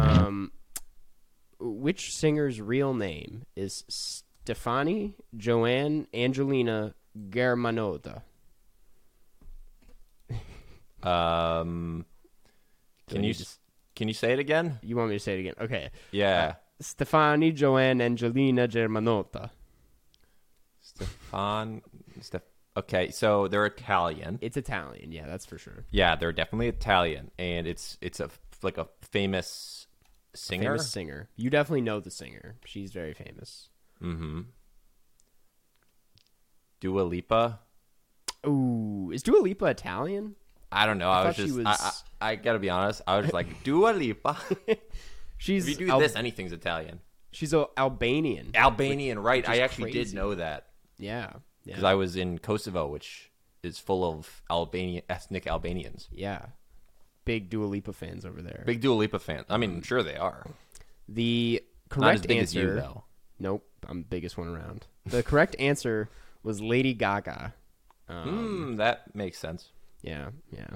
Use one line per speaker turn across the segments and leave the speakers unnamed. Um, which singer's real name is Stefani Joanne Angelina Germanota?
Um,
Do I
can
need
you
to
s can you say it again?
You want me to say it again? Okay.
Yeah,
Uh, Stefani Joanne Angelina Germanota.
Stefan. Steph. Okay, so they're Italian.
It's Italian. Yeah, that's for sure.
Yeah, they're definitely Italian, and it's it's a f- like a famous singer.
Famous singer. You definitely know the singer. She's very famous.
Mm-hmm. Dua Lipa.
Ooh, is Dua Lipa Italian?
I don't know. I, was
thought she
just.
was-
I, I, I gotta be honest. I was just like Dua Lipa.
She's
if you do
Al-
this, anything's Italian.
She's a Albanian.
Albanian, right? I
is
actually
crazy.
did know that
Yeah.
because
Yeah.
I was in Kosovo, which is full of Albanian ethnic Albanians.
yeah. Big Dua Lipa fans over there.
Big Dua Lipa fan. I mean, sure they are.
The correct
Not as big as
answer.
you though.
Nope, I'm the biggest one around. The correct answer was Lady Gaga. Um,
Hmm, that makes sense.
Yeah, yeah.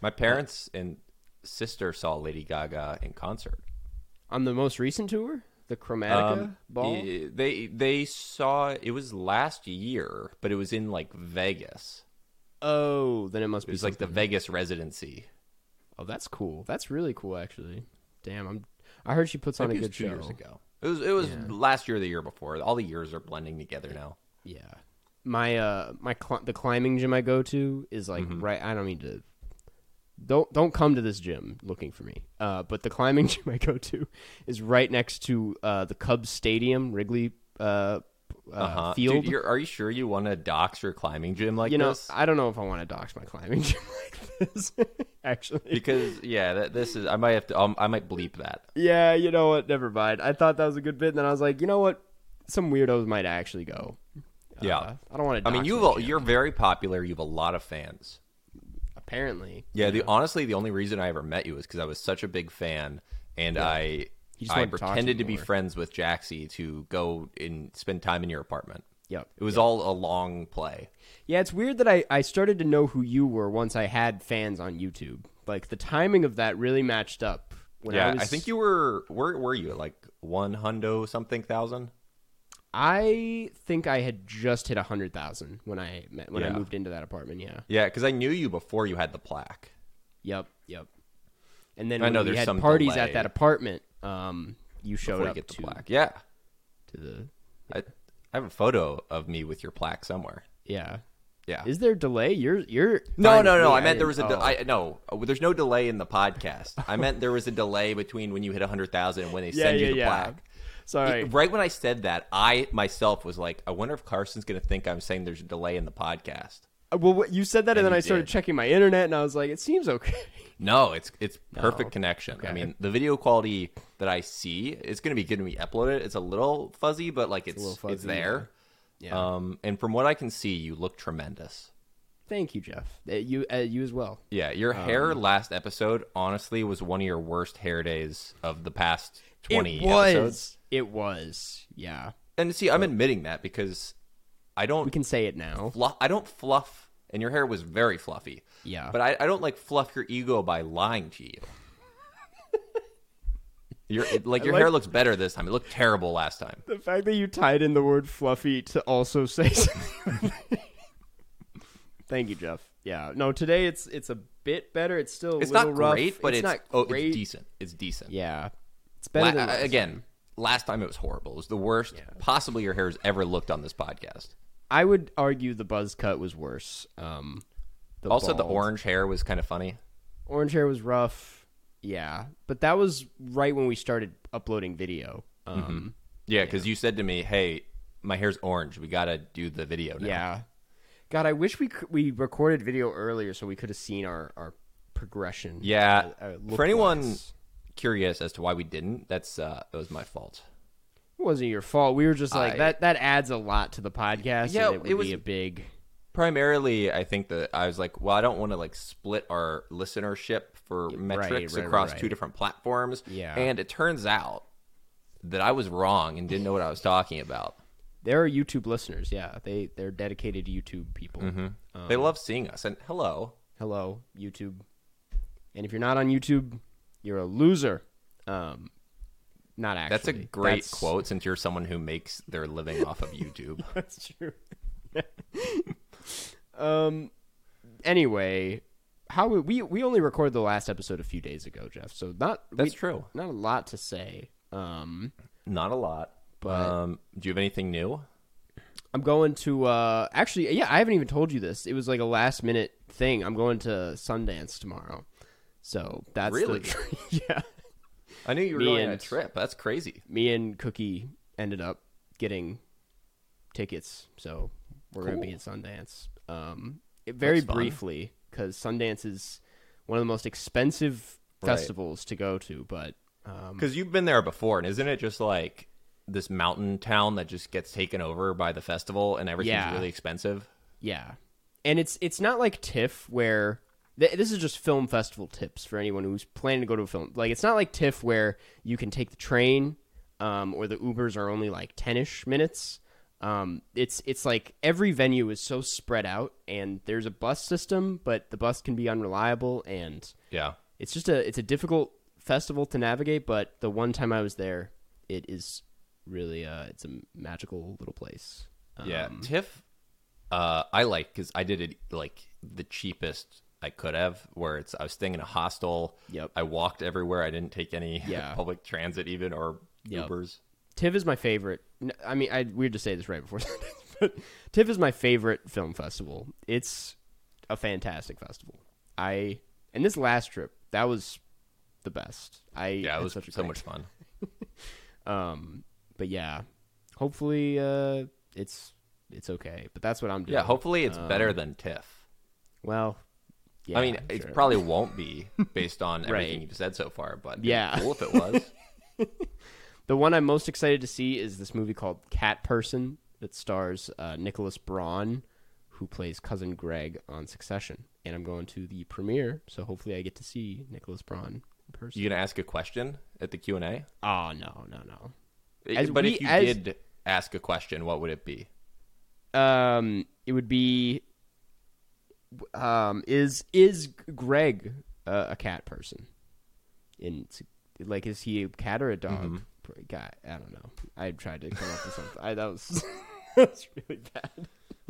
My parents and sister saw Lady Gaga in concert.
On the most recent tour, the Chromatica
Um,
ball.
eh, They they saw it was last year, but it was in like Vegas.
oh, then it must
It
be
was like the
something.
Vegas residency.
Oh, that's cool. That's really cool, actually. Damn, I'm. I heard she puts on a
Maybe it
good
was two
show.
years ago. It was it was
Yeah.
last year or the year before. All the years are blending together now.
Yeah. My uh my cl- the climbing gym I go to is like
Mm-hmm.
right I don't need to don't don't come to this gym looking for me. Uh but the climbing gym I go to is right next to uh the Cubs stadium, Wrigley uh, uh
Uh-huh.
field.
Dude, you're, are you sure you want to dox your climbing gym like
you know,
this?
I don't know if I want to dox my climbing gym like this actually.
Because yeah, that, this is. I might have to. Um, I might bleep that.
Yeah, you know what? Never mind. I thought that was a good bit and then I was like, "You know what? Some weirdos might actually go."
Yeah.
Uh, I don't want to
I mean,
dox
you've
my
al-
gym,
you're very popular. You have a lot of fans.
apparently.
Yeah. The honestly, the only reason I ever met you is because I was such a big fan, and I
You just
I
wanted to talk to
pretended
you
to, be
more.
friends with Jaxie to go and spend time in your apartment.
Yep.
It was all a long play.
Yeah, it's weird that I, I started to know who you were once I had fans on YouTube. Like the timing of that really matched up. When
yeah,
I,
I,
was,
think you were. Where were you? Like one hundo something thousand.
I think I had just hit hundred thousand when I met, when I
Yeah.
moved into that apartment. Yeah.
Yeah, because I knew you before you had the plaque.
Yep. Yep. And then
I
when
know
we
there's
had
some
parties
delay
at that apartment, um, you showed
Before you
up
get the
to,
plaque. Yeah.
to the
I, I have a photo of me with your plaque somewhere.
yeah.
Yeah.
Is there delay? You're you're
No,
fine
no,
with
no.
me.
I meant there was a
didn't-
de-
oh.
I, no. uh, There's no delay in the podcast. I meant there was a delay between when you hit 100,000 and when they
yeah
send
yeah
you the
yeah.
plaque.
Sorry.
Right when I said that, I myself was like, I wonder if Carson's going to think I'm saying there's a delay in the podcast.
Uh, Well, what- you said that, and,
And
then
you
I started
did.
checking my internet, and I was like, it seems okay.
No, it's it's perfect connection. I
Okay.
mean, the video quality that I see is going to be good when we upload it. It's a little fuzzy, but like it's it's,
little fuzzy,
there.
Yeah.
Um, and from what I can see, you look tremendous.
Thank you, Jeff. Uh, you uh, you as well.
Yeah, your
Um,
hair last episode honestly was one of your worst hair days of the past twenty episodes.
It was. Yeah.
And see, I'm admitting that because I
We
don't
can say it now.
fluff. I don't fluff, and your hair was very fluffy.
Yeah.
but I, I don't like fluff your ego by lying to you. your it- like your hair
like-
looks better this time. It looked terrible last time.
The fact that you tied in the word fluffy to also say something. Thank you, Jeff. Yeah. No, today it's it's a bit better. It's still a
It's
little
not
rough.
great, but it's,
not
oh,
great.
it's decent. It's decent.
Yeah. It's
La-
better than
I-
last
again, last time it was horrible. It was the worst possibly your hair's ever looked on this podcast.
I would argue the buzz cut was worse. Um the
Also, the
bald.
orange hair was kind of funny.
orange hair was rough. Yeah. But that was right when we started uploading video. Um
Mm-hmm. Yeah, because you said to me, "Hey, my hair's orange. We gotta do the video now."
Yeah. God, I wish we could, we recorded video earlier so we could have seen our, our progression.
yeah.
Uh, uh,
For anyone
look-wise.
curious as to why we didn't, that's uh, it was my fault.
it wasn't your fault. We were just like
I-
that. That adds a lot to the podcast.
Yeah,
and it would
it was-
be a big.
primarily I think that I was like, well, I don't want to like split our listenership for metrics
right,
across
right.
two different platforms.
Yeah.
And it turns out that I was wrong and didn't know what I was talking about.
There are YouTube listeners. Yeah, they they're dedicated YouTube people.
Mm-hmm.
Um,
they love seeing us. And hello.
Hello, YouTube. And if you're not on YouTube, you're a loser. Um, not actually.
That's a great
That's-
quote since you're someone who makes their living off of YouTube.
That's true. um. Anyway, how we- we we only recorded the last episode a few days ago, Jeff. So not we-
That's true.
Not a lot to say. Um,
Not a lot.
But-
um, do you have anything new?
I'm going to uh actually yeah, I haven't even told you this. It was like a last minute thing. I'm going to Sundance tomorrow. So that's the-
Really?
yeah.
I knew you were
Me
going on a
and-
trip. That's crazy.
Me and Cookie ended up getting tickets. So we're going to be
Cool.
at Sundance. Um it- very
That's fun.
briefly cuz Sundance is one of the most expensive
Right.
festivals to go to, but um
Because you've been there before, and isn't it just like this mountain town that just gets taken over by the festival and everything's
Yeah.
really expensive?
Yeah, and it's it's not like TIFF where th- this is just film festival tips for anyone who's planning to go to a film. Like it's not like TIFF where you can take the train, um, or the Ubers are only like ten ish minutes. Um, it's it's like every venue is so spread out, and there's a bus system, but the bus can be unreliable, and
Yeah.
it's just a it's a difficult festival to navigate. But the one time I was there, it is really uh, it's a magical little place.
Yeah.
Um,
TIFF, uh, I like because I did it like the cheapest I could have, where it's I was staying in a hostel.
Yep.
I walked everywhere. I didn't take any
Yeah.
public transit even or
Yep.
Ubers.
Tiv is my favorite. n- I mean, I weird to say this right before, but Tiv is my favorite film festival. It's a fantastic festival. I and this last trip that was the best. I
Yeah,
had
it was
such a
so
great-
much fun.
Um, but yeah, hopefully uh, it's it's okay. But that's what I'm doing.
Yeah. Hopefully, it's better than TIFF.
Well, Um, yeah,
I mean,
I'm
it
sure.
probably won't be based on everything
Right.
you've said so far, but it'd be
Yeah.
cool if it was.
the one I'm most excited to see is this movie called Cat Person that stars uh, Nicholas Braun, who plays cousin Greg on Succession. And I'm going to the premiere, so hopefully I get to see Nicholas Braun in person.
you gonna ask a question at the Q and A?
Oh no, no, no. As
But
we-
if you
as-
did ask a question, what would it be?
Um, it would be, um, is is Greg uh, a cat person? In like, is he a cat or a dog?
Mm-hmm.
per- Guy, I don't know. I tried to come up with something. I, that was that was really bad.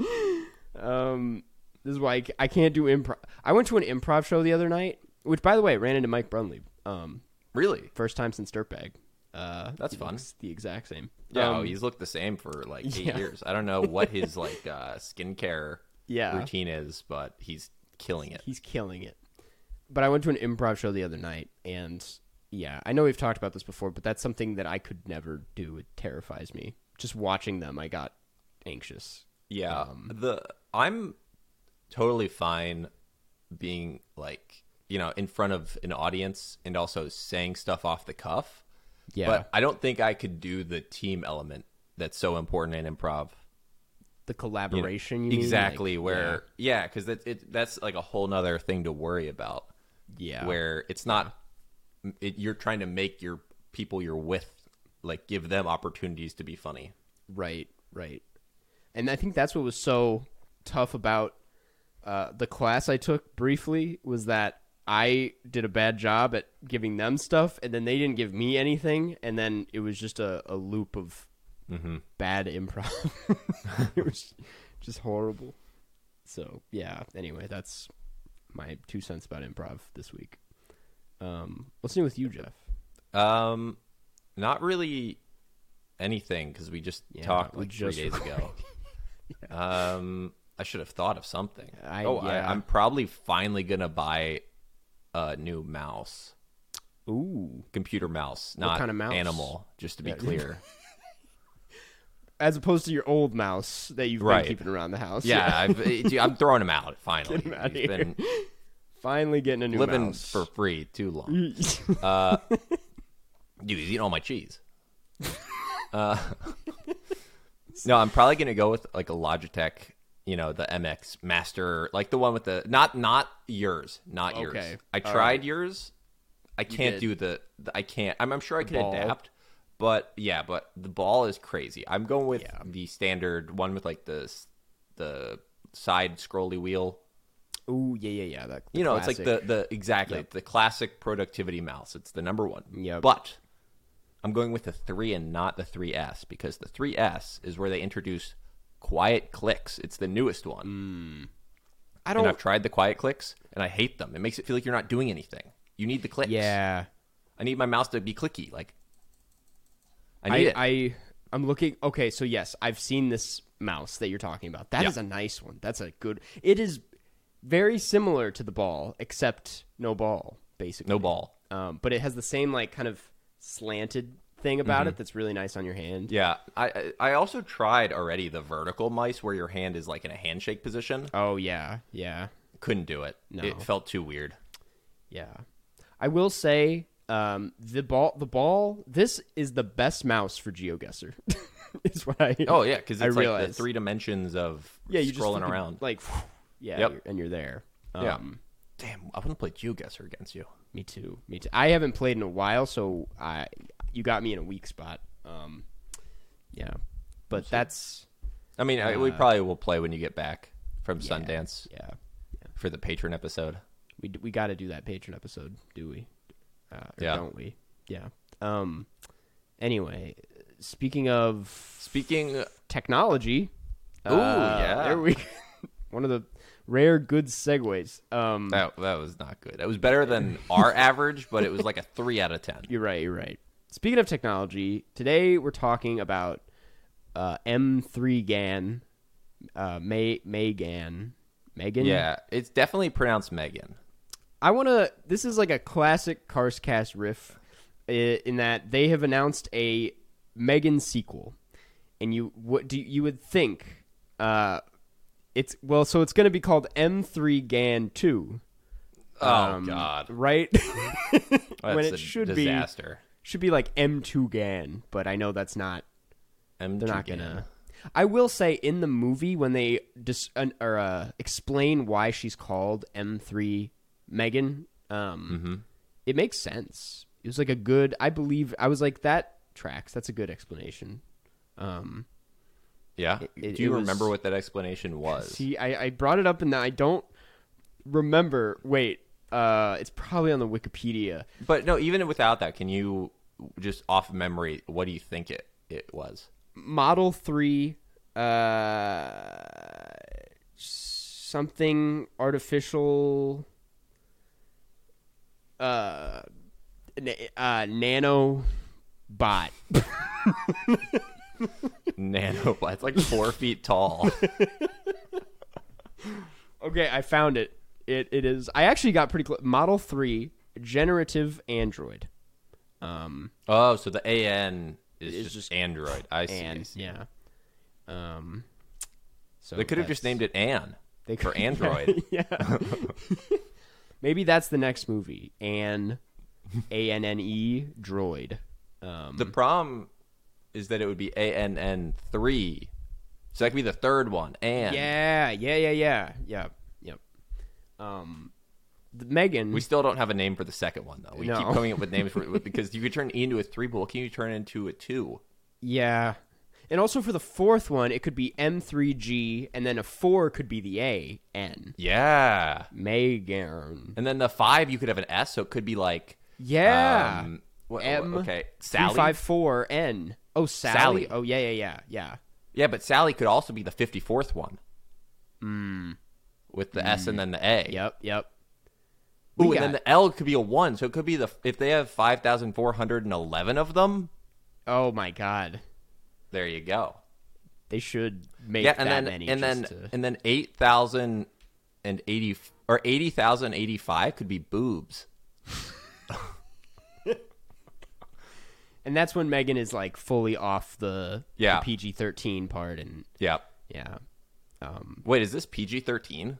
Um, this is why I, c- I can't do improv. I went to an improv show the other night, which, by the way, ran into Mike Brunley. Um,
Really?
first time since Dirtbag. Uh,
That's
he
fun.
looks The exact same.
Yeah, oh,
Um,
he's looked the same for like eight
yeah.
years. I don't know what his like uh, skincare
Yeah.
routine is, but he's killing it.
He's killing it. But I went to an improv show the other night, and yeah, I know we've talked about this before, but that's something that I could never do. It terrifies me. Just watching them, I got anxious.
Yeah, Um, the I'm totally fine being like you know in front of an audience and also saying stuff off the cuff.
Yeah.
but I don't think I could do the team element that's so important in improv.
The collaboration, you mean?
exactly
Like,
where yeah because it, it, that's like a whole nother thing to worry about
yeah, yeah,
where it's not it, you're trying to make your people you're with like give them opportunities to be funny
right, right. And I think that's what was so tough about uh, the class I took briefly was that I did a bad job at giving them stuff, and then they didn't give me anything, and then it was just a, a loop of
Mm-hmm.
bad improv. it was just horrible. So yeah. Anyway, that's my two cents about improv this week. Um, what's new with you, Jeff?
um not really anything because we just
Yeah,
talked
we
like three
just
days ago um i should have thought of something
I-
oh
yeah.
I, i'm probably finally gonna buy a new mouse
Ooh,
computer mouse not
kind of mouse?
animal just to be
Yeah.
clear
as opposed to your old mouse that you've
Right.
been keeping around the house.
Yeah, I've, eh, dude, I'm throwing him out finally.
him outta
He's been
finally getting a new
living
mouse.
for free too long. Dude, he's eating all my cheese. uh, no, I'm probably gonna go with like a Logitech you know, the MX Master, like the one with the not not yours, not
Okay.
yours. I
All
tried yours. I can't
did.
do the, the- I can't. I'm, I'm sure I could
ball.
adapt, but yeah, but the ball is crazy. I'm going with
Yeah.
the standard one with like the s- the side scrolly wheel.
Ooh, yeah, yeah, yeah. That
You know, it's like the the exactly
Yep.
the classic productivity mouse. It's the number one.
Yep.
But I'm going with the three and not the 3S because the 3S is where they introduce quiet clicks. It's the newest one.
Mm. I
And
don't.
I've tried the quiet clicks and I hate them. It makes it feel like you're not doing anything. You need the clicks.
Yeah,
I need my mouse to be clicky. Like I need
I,
it.
I I'm looking. Okay, so yes, I've seen this mouse that you're talking about. That is
Yeah.
a nice one. That's a good. It is very similar to the ball, except no ball, basically.
no ball.
Um, but it has the same like kind of slanted thing about
Mm-hmm.
it that's really nice on your hand.
Yeah. I I I also tried already the vertical mice where your hand is like in a handshake position.
Oh yeah, yeah,
Couldn't do it.
No.
It felt too weird.
yeah. I will say, um, the ball, the ball. This is the best mouse for GeoGuessr. is what I.
Oh yeah, because
I
it's like the
realize.
three dimensions of
yeah, you just
scrolling
fucking,
around.
like, yeah,
Yep.
you're- and you're there.
Yeah.
Um,
Damn, I want to play GeoGuessr against you.
Me too. Me too. I haven't played in a while, so I you got me in a weak spot. Um, yeah, but that's
I mean, I, we probably will play when you get back from Sundance
Uh, yeah.
for the patron episode.
We d- we got to do that patron episode, do we? Uh, or
Yeah.
Don't we? Yeah. Um. Anyway, speaking of
Speaking,
technology, ooh
yeah.
there we. one of the rare good segues. Um.
that that was not good. It was better than our average, but it was like a three out of ten.
You're right. You're right. Speaking of technology, today we're talking about uh, M3 GAN, uh, May Megan, Megan.
Yeah, it's definitely pronounced Megan.
I want to. This is like a classic Cast riff, i- in that they have announced a Megan sequel, and you what do you would think? Uh, it's well, so it's going to be called M3 GAN Two,
Oh
Um,
God,
right?
that's
when it
a
should be-
disaster.
Should be like M2 GAN, but I know that's not
I'm
They're not gonna. I will say in the movie when they dis- un- or uh, explain why she's called M three Megan, um, it makes sense. It was like a good. I believe I was like that tracks. That's a good explanation. Um,
Yeah.
it-
Do you
it was-
remember what that explanation was?
see, I, I brought it up and I don't remember. Wait, uh, it's probably on the Wikipedia.
But no, even without that, can you just off memory? What do you think it it was?
Model 3 uh something artificial uh, na- uh nano bot.
Nanobot. It's like four feet tall.
Okay, I found it. It it is I actually got pretty close. Model 3 generative android. Um
Oh, so the AN is
It's
just,
just-
Android. I see. I
and
see.
yeah. Um so
They could have just
that's-
named it Anne
They
for
could-
Android.
yeah. Maybe that's the next movie. An A N N E droid. Um,
the problem is that it would be ANN three, so that could be the third one. Anne.
yeah, yeah, yeah, yeah, yeah, yep. Um, the Megan.
We still don't have a name for the second one though. We
No.
keep coming up with names for it because you could turn E into a three, but what can you turn into a two?
yeah, and also for the fourth one, it could be M three G, and then a four could be the A N
Yeah.
Megan.
And then the five, you could have an S, so it could be like
Yeah,
Um, what,
M
okay,
three
Sally.
five four N. Oh, Sally.
Sally.
Oh, yeah, yeah, yeah, yeah.
Yeah, but Sally could also be the fifty-fourth one.
Hmm.
With the S and then the A.
Yep, yep.
Ooh,
We
and then
got-
the L could be a one, so it could be the if they have five thousand four hundred and eleven of them.
Oh my God.
There you go.
They should make
yeah, and
that
then
many.
and then
just to-
and then eight thousand and eighty or eighty thousand eighty five could be boobs.
and that's when Megan is like fully off the,
Yeah.
PG thirteen part, and
Yeah.
yeah, um,
Wait, is this PG thirteen?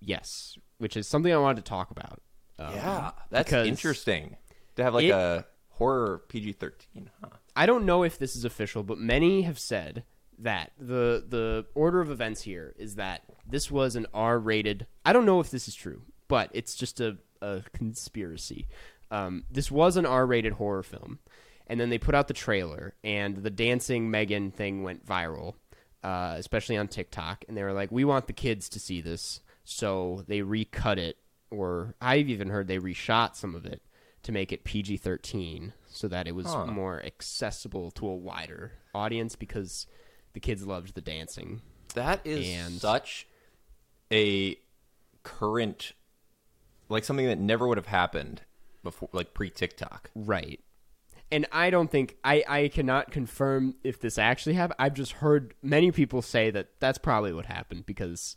yes, which is something I wanted to talk about. Um,
Yeah, that's
because
interesting to have like
it-
a horror PG thirteen. Huh?
I don't know if this is official, but many have said that the the order of events here is that this was an R-rated. I don't know if this is true, but it's just a, a conspiracy. Um, this was an R-rated horror film, and then they put out the trailer, and the dancing Megan thing went viral, uh, especially on TikTok. And they were like, "We want the kids to see this," so they recut it, or I've even heard they reshot some of it to make it PG-13 so that it was
Huh.
more accessible to a wider audience because the kids loved the dancing.
That is
And-
such a current, like something that never would have happened before, like pre TikTok.
Right. And I don't think I, I cannot confirm if this actually happened. I've just heard many people say that that's probably what happened because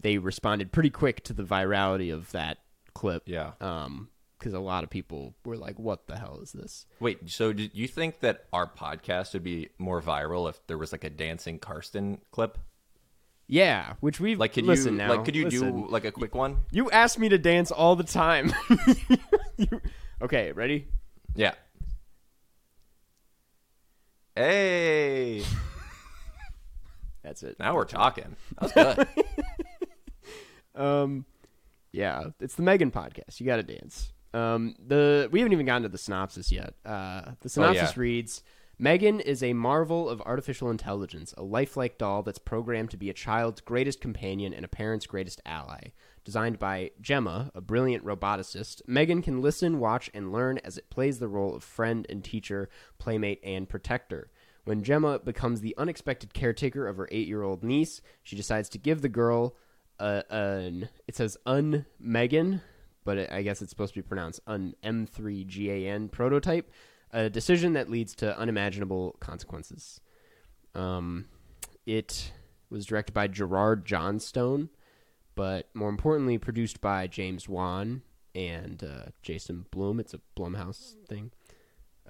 they responded pretty quick to the virality of that clip.
Yeah.
Um, because a lot of people were like, "What the hell is this?"
Wait, so do you think that our podcast would be more viral if there was like a dancing Karsten clip?
Yeah, which we've
Like, could
listen
you
now.
like could you
listen.
do like a quick one?
You ask me to dance all the time. You- okay, ready?
Yeah. Hey,
That's it.
now we're talking. That was good.
Um, yeah, it's the Megan podcast. You got to dance. Um, the we haven't even gotten to the synopsis yet. Uh, the synopsis
yeah.
reads: Megan is a marvel of artificial intelligence, a lifelike doll that's programmed to be a child's greatest companion and a parent's greatest ally. Designed by Gemma, a brilliant roboticist, Megan can listen, watch, and learn as it plays the role of friend and teacher, playmate, and protector. When Gemma becomes the unexpected caretaker of her eight-year-old niece, she decides to give the girl uh, an it says un Megan, but it, I guess it's supposed to be pronounced un M3GAN prototype, a decision that leads to unimaginable consequences. Um, it was directed by Gerard Johnstone, but more importantly, produced by James Wan and uh, Jason Blum. It's a Blumhouse thing,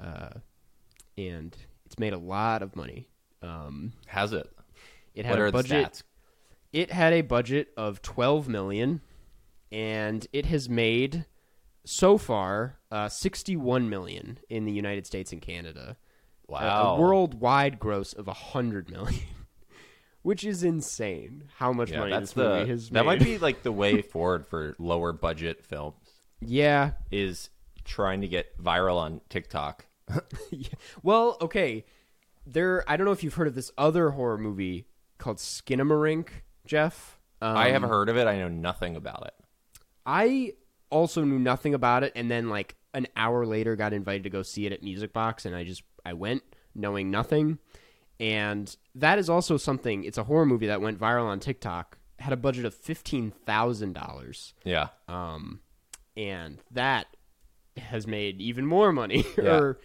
uh, and it's made a lot of money. Um,
Has it?
it had
What
a
are the
budget
stats?
it had a budget of 12 million and it has made so far uh, 61 million in the united states and canada Uh, A-
Wow.
a worldwide gross of 100 million which is insane how much
Yeah,
money
that's
this movie
the
has
that might
made.
be like the way forward for lower budget films
yeah
is trying to get viral on TikTok.
Yeah. Well, okay. There, I don't know if you've heard of this other horror movie called Skinamarink, Jeff. Um,
I have heard of it. I know nothing about it.
I also knew nothing about it, and then like an hour later, got invited to go see it at Music Box, and I just I went knowing nothing. And that is also something. It's a horror movie that went viral on TikTok. Had a budget of fifteen thousand dollars,
Yeah.
um, and that has made even more money,
Yeah.
or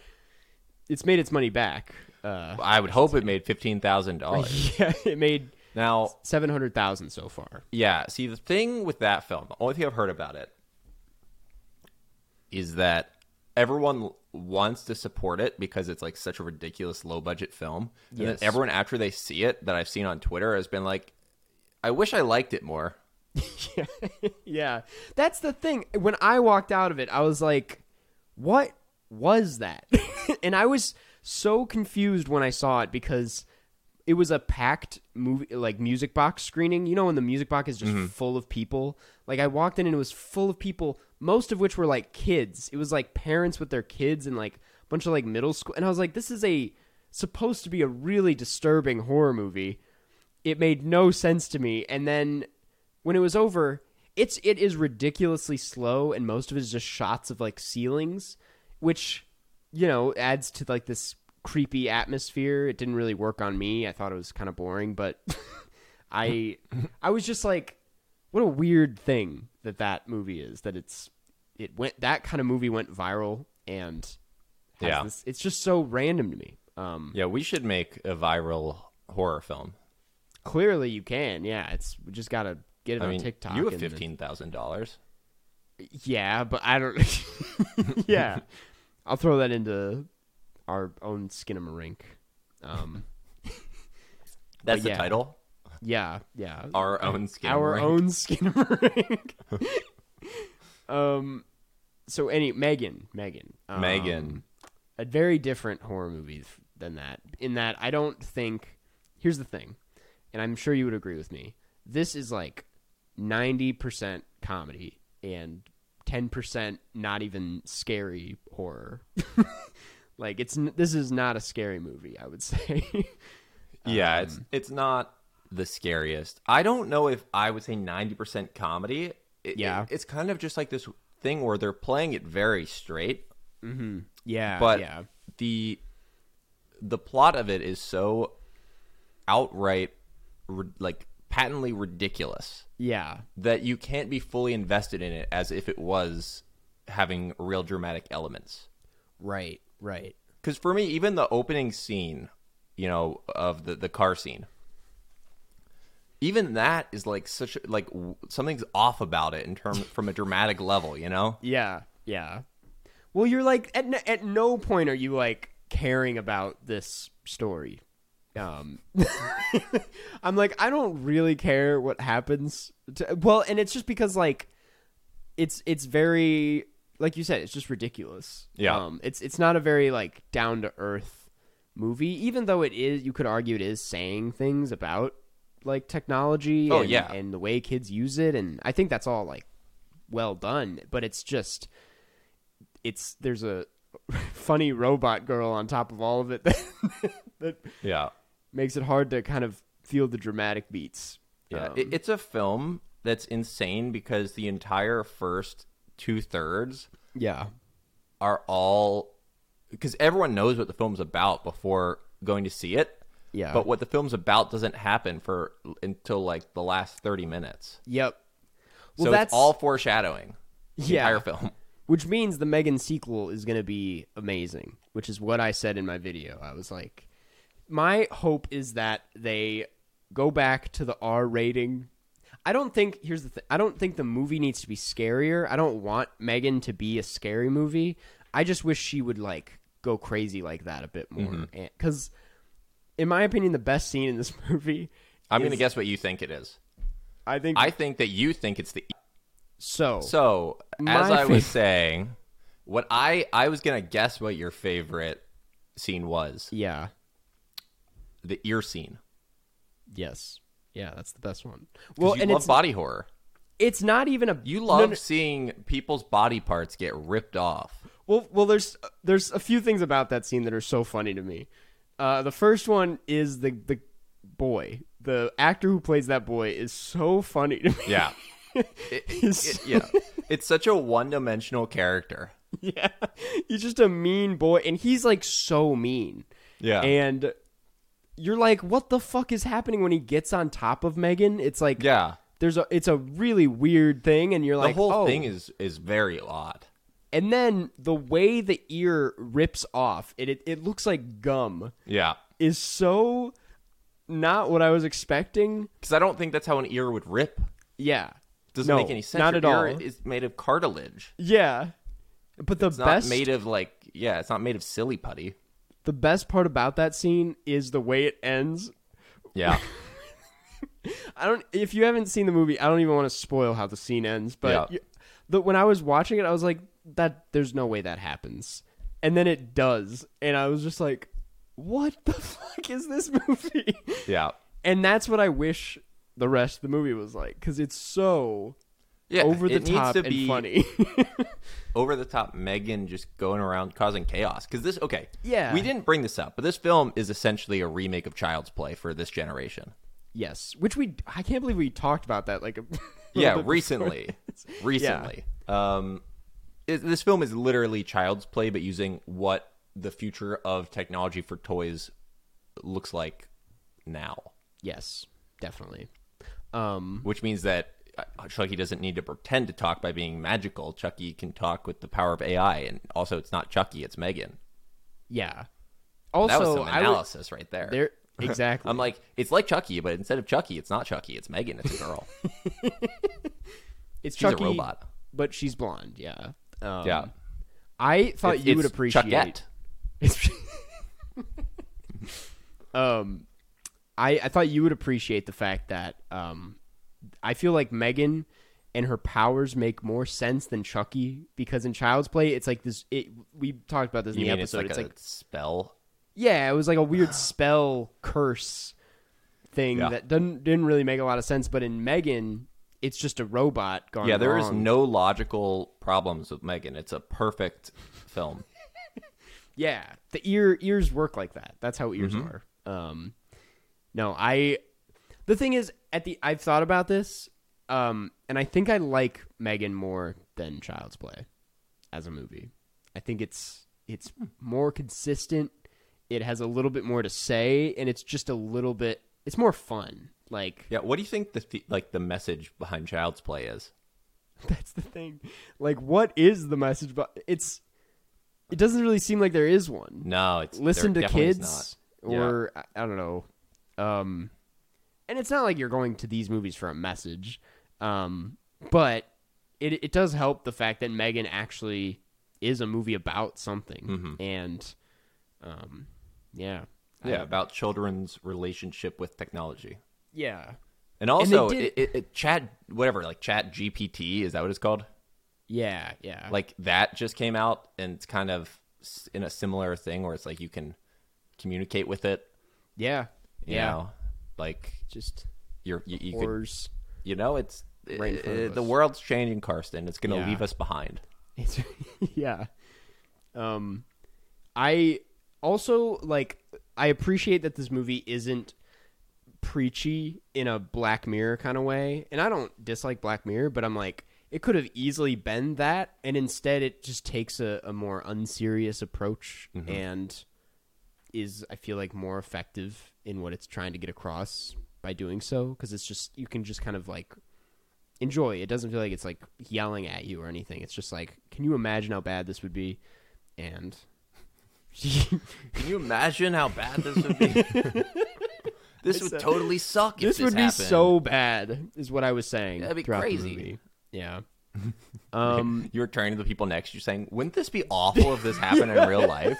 it's made its money back. Uh,
I would hope it made fifteen thousand dollars.
yeah, it made
Now,
seven hundred thousand so far.
yeah. See, the thing with that film, the only thing I've heard about it is that everyone l- wants to support it because it's like such a ridiculous low budget film. And then
Yes.
everyone after they see it that I've seen on Twitter has been like, "I wish I liked it more."
yeah, that's the thing. When I walked out of it, I was like, "What was that?" and I was so confused when I saw it because it was a packed movie, like music box screening. You know, when the music box is just full of people. Like I walked in and it was full of people, most of which were like kids. It was like parents with their kids and like a bunch of like middle school. And I was like, "This is a supposed to be a really disturbing horror movie." it made no sense to me and then when it was over it's it is ridiculously slow and most of it is just shots of like ceilings which you know adds to like this creepy atmosphere it didn't really work on me i thought it was kind of boring but i i was just like what a weird thing that that movie is that it's it went that kind of movie went viral and has
Yeah.
this, it's just so random to me um
Yeah, we should make a viral horror film.
Clearly, you can. Yeah, it's we just gotta get it
I
on
mean,
TikTok.
you have
and then-
fifteen thousand dollars.
yeah, but I don't. yeah, I'll throw that into our own Skinamarink. Um,
That's
yeah.
the title.
yeah, yeah.
Our own skin.
Our
ring.
own Skinamarink. um. So any Megan, Megan, um,
Megan.
a very different horror movie f- than that. In that, I don't think here's the thing, and I'm sure you would agree with me. This is like 90% comedy and 10% not even scary horror. like it's n- this is not a scary movie, I would say.
Yeah, it's it's not the scariest. I don't know if I would say ninety percent comedy. It-
Yeah.
it- it's kind of just like this thing where they're playing it very straight,
yeah,
but
Uh, yeah.
the the plot of it is so outright ri- like patently ridiculous
Yeah.
that you can't be fully invested in it as if it was having real dramatic elements.
Right, right.
Because for me, even the opening scene, you know, of the the car scene, even that is like such a- like w- something's off about it in terms from a dramatic level, you know.
Yeah, yeah. Well, you're like at n- at no point are you like caring about this story. Um, I'm like I don't really care what happens. To, well, and it's just because like it's it's very like you said it's just ridiculous.
Yeah.
Um, it's it's not a very like down to earth movie, even though it is. You could argue it is saying things about like technology.
Oh,
and,
yeah.
and the way kids use it, and I think that's all like well done. But it's just it's there's a funny robot girl on top of all of it that, that
Yeah,
makes it hard to kind of feel the dramatic beats.
yeah.
Um,
It- it's a film that's insane because the entire first two thirds
yeah,
are all because everyone knows what the film's about before going to see it.
yeah.
But what the film's about doesn't happen for until like the last thirty minutes.
yep. Well,
so
that's
it's all foreshadowing. The
Yeah.
entire film.
which means the Megan sequel is going to be amazing, which is what I said in my video. I was like, my hope is that they go back to the R rating. I don't think here's the thing. I don't think the movie needs to be scarier. I don't want Megan to be a scary movie. I just wish she would like go crazy like that a bit more.
Mm-hmm.
Because, in my opinion, the best scene in this movie,
I'm gonna guess what you think it is.
I think.
I think that you think it's the e-.
so
so. as
My
I was saying, what I I was gonna guess what your favorite scene was
yeah,
the ear scene.
yes, yeah, that's the best one.
'Cause
Well,
you
and
love
it's
body horror.
it's not even a
You
no,
love
no,
seeing people's body parts get ripped off.
Well, well, there's there's a few things about that scene that are so funny to me. Uh, the first one is the the boy, the actor who plays that boy is so funny to me.
Yeah. It- it- yeah. It's such a one dimensional character.
yeah, he's just a mean boy, and he's like so mean.
Yeah.
and you're like, what the fuck is happening when he gets on top of Megan? It's like,
Yeah.
there's a it's a really weird thing, and you're
The
like,
whole
oh.
thing is is very odd.
and then the way the ear rips off, it it, it looks like gum.
Yeah.
is so not what I was expecting.
Because I don't think that's how an ear would rip.
Yeah.
Doesn't
No,
make any sense.
Not
Your
at all.
ear is made of cartilage.
yeah. But the
It's not
best
made of like yeah, it's not made of silly putty.
the best part about that scene is the way it ends.
Yeah.
I don't if you haven't seen the movie, I don't even want to spoil how the scene ends, but
Yeah.
you- the, when I was watching it, I was like that there's no way that happens. And then it does, and I was just like what the fuck is this movie?
yeah.
And that's what I wish the rest of the movie was like cuz it's so
Yeah.
over the
it needs
top
to
and
be
funny.
Over the top Megan just going around causing chaos. Because this okay.
Yeah.
We didn't bring this up, but this film is essentially a remake of Child's Play for this generation.
Yes, which we I can't believe we talked about that like a
yeah, recently. recently. Um it- this film is literally Child's Play, but using what the future of technology for toys looks like now.
yes, definitely. Um
which means that uh, Chucky doesn't need to pretend to talk by being magical. Chucky can talk with the power of AI, and also it's not Chucky, it's Megan.
yeah. Also,
That was some
I would,
analysis Um, right there.
there exactly.
I'm like, it's like Chucky, but instead of Chucky, it's not Chucky, it's Megan. It's a girl.
it's
She's a
Chucky,
robot.
but she's blonde. Yeah. Um,
Yeah,
I thought
It's-
you would
it's
appreciate.
Chuckette.
It's- um, I I thought you would appreciate the fact that um, I feel like Megan and her powers make more sense than Chucky because in Child's Play it's like this. It we talked about this in
You
the
mean
episode.
it's like a spell?
Yeah, it was like a weird spell curse thing
Yeah.
that didn't didn't really make a lot of sense. But in Megan, it's just a robot gone.
Yeah, there is
wrong.
no logical problems with Megan. It's a perfect film.
Yeah, the ear ears work like that. That's how ears are. Um, no, I. The thing is, at the I've thought about this, um, and I think I like Megan more than Child's Play as a movie. I think it's it's more consistent. It has a little bit more to say, and it's just a little bit. It's more fun. Like
Yeah, what do you think the the- like the message behind Child's Play is?
That's the thing. Like, what is the message? But it's it doesn't really seem like there is one.
No, it's there
Listen to
definitely is
kids,
not. Yeah.
or I- I don't know. Um, and it's not like you're going to these movies for a message. Um, but it it does help the fact that Megan actually is a movie about something, and um, yeah, I
Mm-hmm. Yeah,
don't-
about children's relationship with technology.
yeah,
And also,
did-
it, it, it, Chat, whatever, like Chat GPT, is that what it's called?
yeah, yeah.
Like that just came out, and it's kind of s- in a similar thing where it's like you can communicate with it.
yeah,
You
yeah.
know? like
Just
you're you, you could,
horrors.
you know, it's
Right in front of
uh, the
us.
world's changing, Karsten. It's gonna
Yeah.
leave us behind.
It's yeah. Um I also like I appreciate that this movie isn't preachy in a Black Mirror kind of way. And I don't dislike Black Mirror, but I'm like it could have easily been that and instead it just takes a, a more unserious approach and is I feel like more effective in what it's trying to get across by doing so cuz it's just you can just kind of like enjoy. It doesn't feel like it's like yelling at you or anything. It's just like, can you imagine how bad this would be? And
Can you imagine how bad this would be? this would totally suck.
this
if
would
this
be
happened.
so bad, is what I was saying.
That'd be
throughout the
crazy.
movie. Yeah. Um.
You were turning to the people next to you, saying, "Wouldn't this be awful if this happened in real life?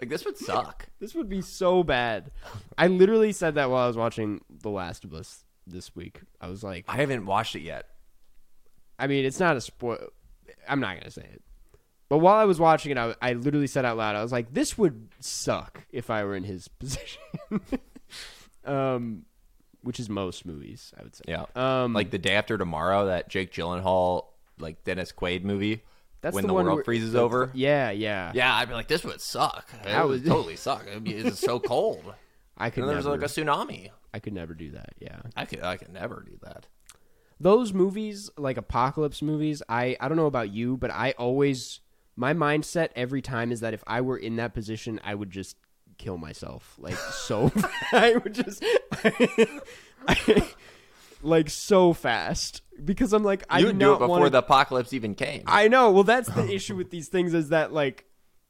Like this would suck."
This would be so bad. I literally said that while I was watching The Last of Us this week. I was like,
I haven't watched it yet.
I mean, it's not a spoil. I'm not gonna say it. But while I was watching it, I, I literally said out loud, I was like, "This would suck if I were in his position." um, which is most movies, I would say.
Yeah,
Um,
like the day after tomorrow, that Jake Gyllenhaal, like Dennis Quaid movie.
that's
when
the,
the,
one
world
where-
freezes
that's-
over.
Yeah, yeah,
Yeah, I'd be like, "This would suck. That
That
would
would-
totally suck. It'd be, it's so cold."
I could
And
never.
there's like a tsunami.
I could never do that. Yeah.
I could, I could never do that.
those movies like apocalypse movies i i don't know about you but i always my mindset every time is that if i were in that position i would just kill myself like so i would just like so fast because i'm like i
You
do
would
not
do it before
wanna,
the apocalypse even came.
i know well that's the issue with these things is that like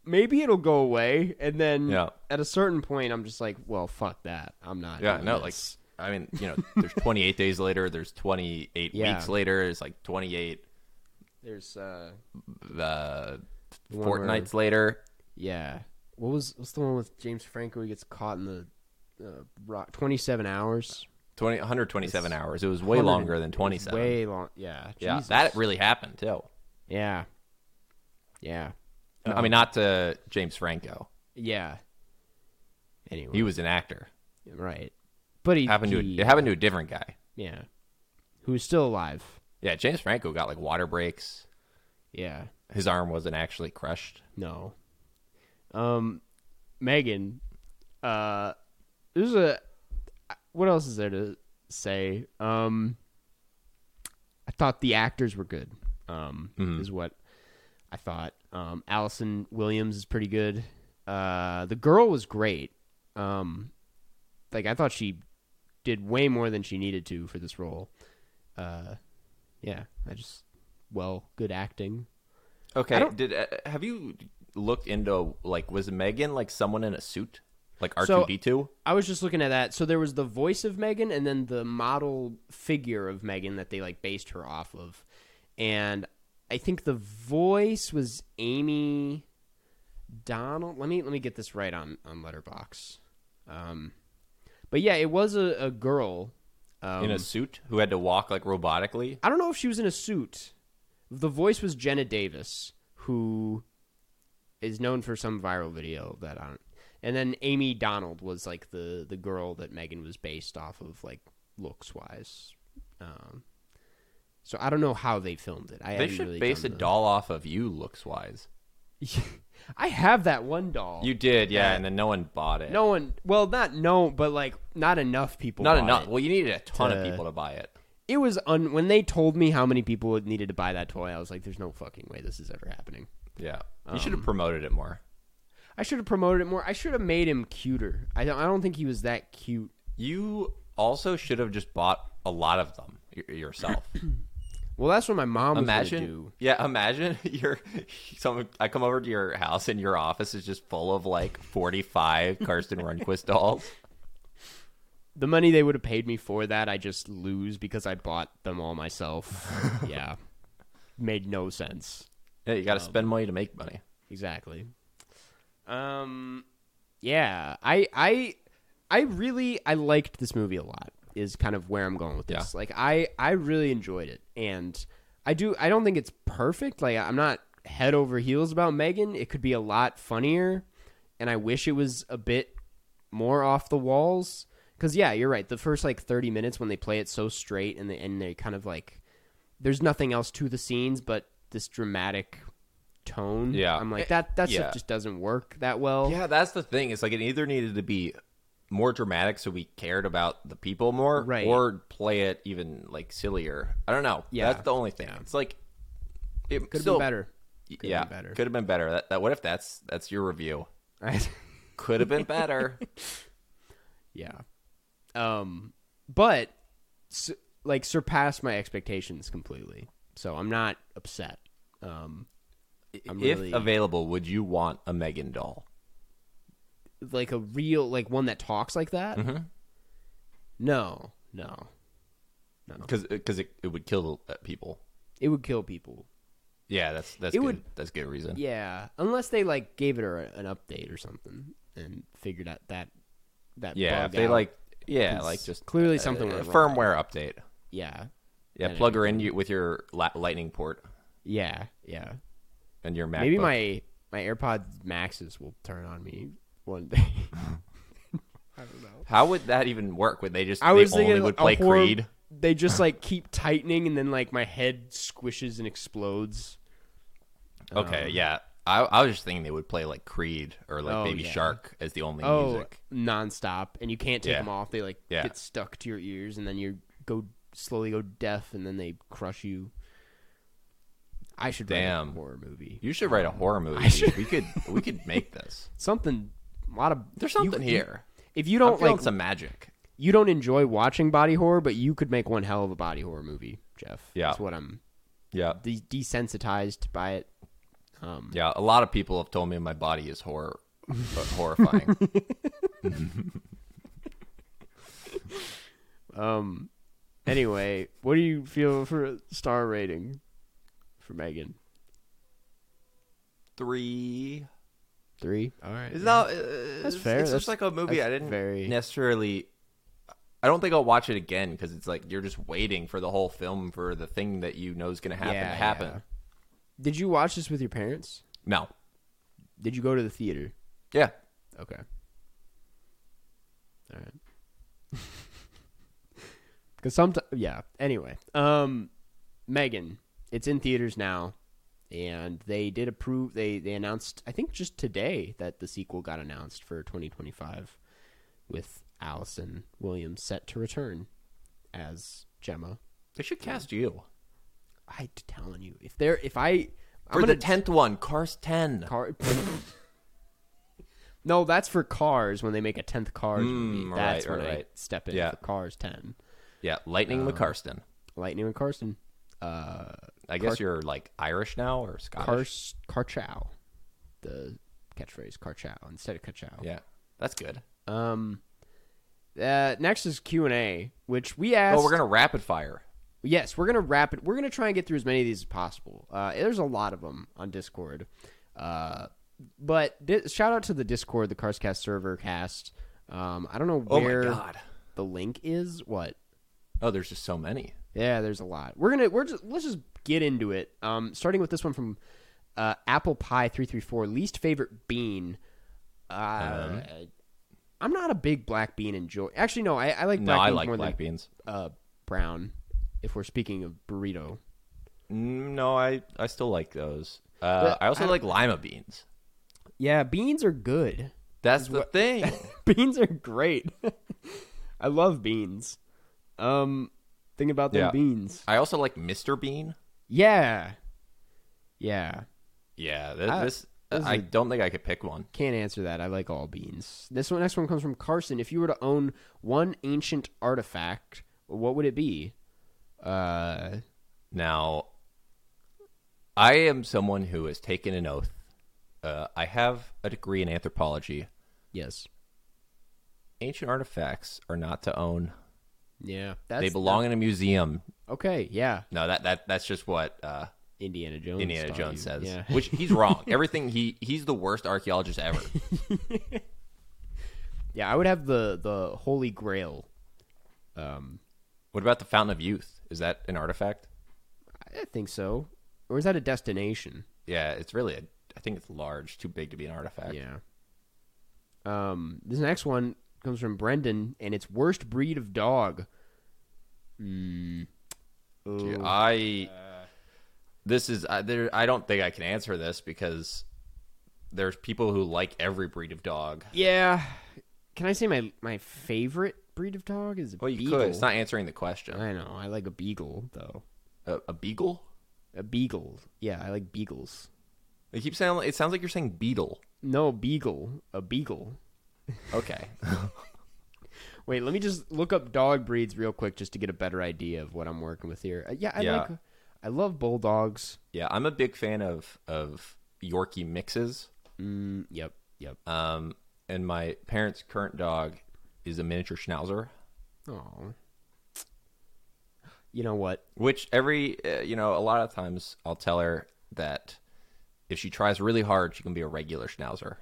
maybe it'll go away and then
Yeah.
at a certain point i'm just like well fuck that i'm not
Yeah,
doing
no,
this.
like I mean, you know, there's 28 days later, there's 28
Yeah.
weeks later, there's like 28
there's uh
uh,
one where-
fortnights later.
Yeah. What was what's the one with James Franco? He gets caught in the uh, rock. Twenty seven hours.
20, 127 hours. It was way
100
longer than 27.
Way long. Yeah.
yeah,
Jesus.
that really happened too.
Yeah. Yeah.
I mean, not to James Franco.
Yeah. Anyway,
He was an actor.
right? But he
It happened to
he-
a, it happened to a different guy.
yeah, who's still alive?
Yeah, James Franco got like water breaks.
Yeah.
His arm wasn't actually crushed.
No. Um, Megan, uh, there's a. What else is there to say? Um, I thought the actors were good. Um, is what I thought. Um, Allison Williams is pretty good. Uh, the girl was great. Um, like I thought she did way more than she needed to for this role. Uh, yeah, I just well, good acting. I
Okay,
don't-
did uh, have you looked into like was Megan like someone in a suit, like R
So-
two D two?
I was just looking at that. So there was the voice of Megan and then the model figure of Megan that they like based her off of. And I think the voice was Amy Donald. Let me let me get this right on on Letterbox. Um but yeah, it was a, a girl. Um,
in a suit who had to walk like robotically.
I don't know if she was in a suit. The voice was Jenna Davis, who is known for some viral video that I don't. And then Amy Donald was like the the girl that Megan was based off of, like looks wise. Um, so I don't know how they filmed it. I
They
haven't
should
really
base a
done the-
doll off of you, looks wise.
I have that one doll.
You did, yeah,
Yeah.
and then no one bought it.
no one, well, not no, but like not enough people.
not
bought
enough.
It.
Well, you needed a ton of
to-
people to buy it.
It was un- when they told me how many people had needed to buy that toy. I was like, "There's no fucking way this is ever happening."
Yeah, you
um,
should have promoted it more.
I should have promoted it more. I should have made him cuter. I don't, I don't think he was that cute.
You also should have just bought a lot of them y- yourself.
Well, that's what my mom was gonna
imagine
do.
yeah imagine your some i come over to your house and your office is just full of like 45 karsten runquist dolls
the money they would have paid me for that I just lose because I bought them all myself. yeah. Made no sense.
yeah you gotta spend money to make money
Exactly. Um yeah, I I I really I liked this movie a lot is kind of where I'm going with this. Like I I really enjoyed it and I do I don't think it's perfect. Like I'm not head over heels about Megan. It could be a lot funnier and I wish it was a bit more off the walls cuz yeah, you're right. The first like 30 minutes when they play it so straight and they, and they kind of like there's nothing else to the scenes but this dramatic tone.
Yeah.
I'm like that that
Yeah.
stuff just doesn't work that well.
yeah that's the thing it's like it either needed to be more dramatic so we cared about the people more
Right.
or play it even like sillier i don't know
Yeah.
that's the only thing it's like it
Could have
still-
been better. Could
yeah
have been better.
could have been better that, that what if that's that's your review
Right?
could have been better
yeah. Um but su- like surpassed my expectations completely. So I'm not upset. Um I'm
if
really-
available would you want a megan doll
like a real like one that talks like that?
Mm-hmm.
No. No.
because because it, it would kill uh, people.
It would kill people.
Yeah, that's that's
It
good.
would-
That's good reason.
Yeah, unless they like gave it a, an update or something and figured out that that
Yeah,
bug
if they
out.
like yeah,
'Cause
like just
clearly
a-
something
a
went wrong.
firmware update.
Yeah,
Yeah,
And
plug her in you, with your la- lightning port
yeah, yeah.
and your MacBook.
Maybe my my AirPods Maxes will turn on me one day.
How would that even work? Would they just they only
like,
would
a
play
horror-
Creed?
They just like keep tightening and then like my head squishes and explodes. Oh.
Okay, yeah. I, I was just thinking they would play like Creed or like
Oh,
Baby
yeah.
Shark as the only
Oh,
music.
nonstop, and you can't take
Yeah.
them off. They like
Yeah.
get stuck to your ears, and then you go slowly go deaf, and then they crush you. I should
Damn.
write a horror movie.
You should write a horror movie. dude. We could we could make this.
Something, a lot of
There's
you-
something
you-
here.
if you
I'm
don't
feeling
like,
some magic.
you don't enjoy watching body horror, but you could make one hell of a body horror movie, Jeff.
Yeah.
that's what I'm
Yeah,
de- desensitized by it. Um,
yeah. A lot of people have told me my body is horror horrifying.
um. Anyway, what do you feel for a star rating for Megan?
Three
Three. All right.
It's not. Uh,
That's
it's-
fair.
It's
That's-
just like a movie.
that's
I didn't
very-
necessarily. I don't think I'll watch it again because it's like you're just waiting for the whole film for the thing that you know is going to happen
Yeah,
to happen.
yeah. Did you watch this with your parents?
No.
Did you go to the theater?
Yeah.
Okay. All right. Because sometimes, yeah. Anyway, um, Megan, it's in theaters now, and they did approve. They they announced, I think, just today that the sequel got announced for 2025, with Allison Williams set to return as Gemma.
They should cast you
I telling you, if there, if I,
for
I'm gonna
the tenth one, Cars Ten.
Car. no, that's for Cars when they make a tenth Cars movie.
Mm,
That's
right,
when
right,
I
right.
step in
Yeah.
for Cars ten.
yeah, Lightning
Oh.
McCarsten.
Lightning and Carson. Uh,
I guess you're like Irish now or Scottish.
Cars Carchow, the catchphrase Carchow instead of Cachow.
Yeah, that's good.
Um. Uh, next is Q and A, which we asked.
Oh, we're gonna rapid fire.
Yes, we're gonna wrap it. We're gonna try and get through as many of these as possible. Uh, there's a lot of them on Discord, uh, but di- shout out to the Discord, the Carscast server cast. Um, I don't know
Oh
where
my god.
the link is. What?
Oh, there's just so many.
Yeah, there's a lot. We're gonna we're just let's just get into it. Um, starting with this one from uh, Apple Pie three three four least favorite bean. Uh, I'm not a big black bean enjoy. Actually, no, I, I like
No,
black
I
beans
like
more
black
than
beans.
uh, brown. If we're speaking of burrito,
Mm, No, I I still like those. Uh,
But
I also
I don't-
like lima beans.
yeah, beans are good.
That's the thing.
beans are great. I love beans. Um, think about them
Yeah.
beans.
I also like Mr. Bean.
Yeah, yeah.
Yeah, th-
I-
this
this is
I
a-
don't think I could pick one.
Can't answer that. I like all beans. This one, next one comes from Carson. If you were to own one ancient artifact, what would it be? Uh,
Now, I am someone who has taken an oath. Uh, I have a degree in anthropology.
yes.
Ancient artifacts are not to own.
Yeah, that's,
they belong in a museum.
Okay, yeah.
No, that that that's just what uh,
Indiana Jones.
Indiana
taught
Jones
you.
says.
Yeah.
Which he's wrong. Everything he he's the worst archaeologist ever.
yeah, I would have the the Holy Grail. Um,
what about the Fountain of Youth? Is that an artifact?
I think so. Or is that a destination?
Yeah, it's really a. I think it's large, too big to be an artifact.
Yeah. Um, this next one comes from Brendan, and it's worst breed of dog. Mm.
Dude,
Ooh.
I this is I, there. I don't think I can answer this because there's people who like every breed of dog.
yeah. Can I say my my favorite breed of dog is a
Well, you
beagle?
could. It's not answering the question.
I know. I like a beagle though.
A, a beagle?
A beagle. Yeah, I like beagles.
It keeps sounding. It sounds like you're saying beetle.
No, beagle. A beagle.
Okay.
Wait, let me just look up dog breeds real quick just to get a better idea of what I'm working with here. Uh, yeah, I
Yeah.
like I love bulldogs.
yeah, I'm a big fan of of Yorkie mixes.
Mm, yep, yep.
Um, and my parents' current dog is a miniature schnauzer.
Oh. You know what?
which every uh, you know a lot of times i'll tell her that if she tries really hard she can be a regular schnauzer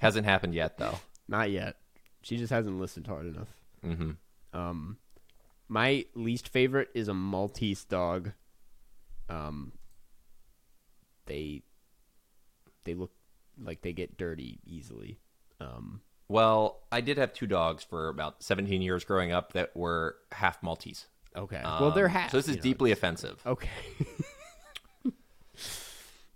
hasn't happened yet though
Not yet. She just hasn't listened hard enough.
mm-hmm.
Um my least favorite is a Maltese dog. Um they they look like they get dirty easily. Um
well i did have two dogs for about 17 years growing up that were half maltese
okay. well, they're
Um,
half.
so this is
you know.
deeply offensive
Okay.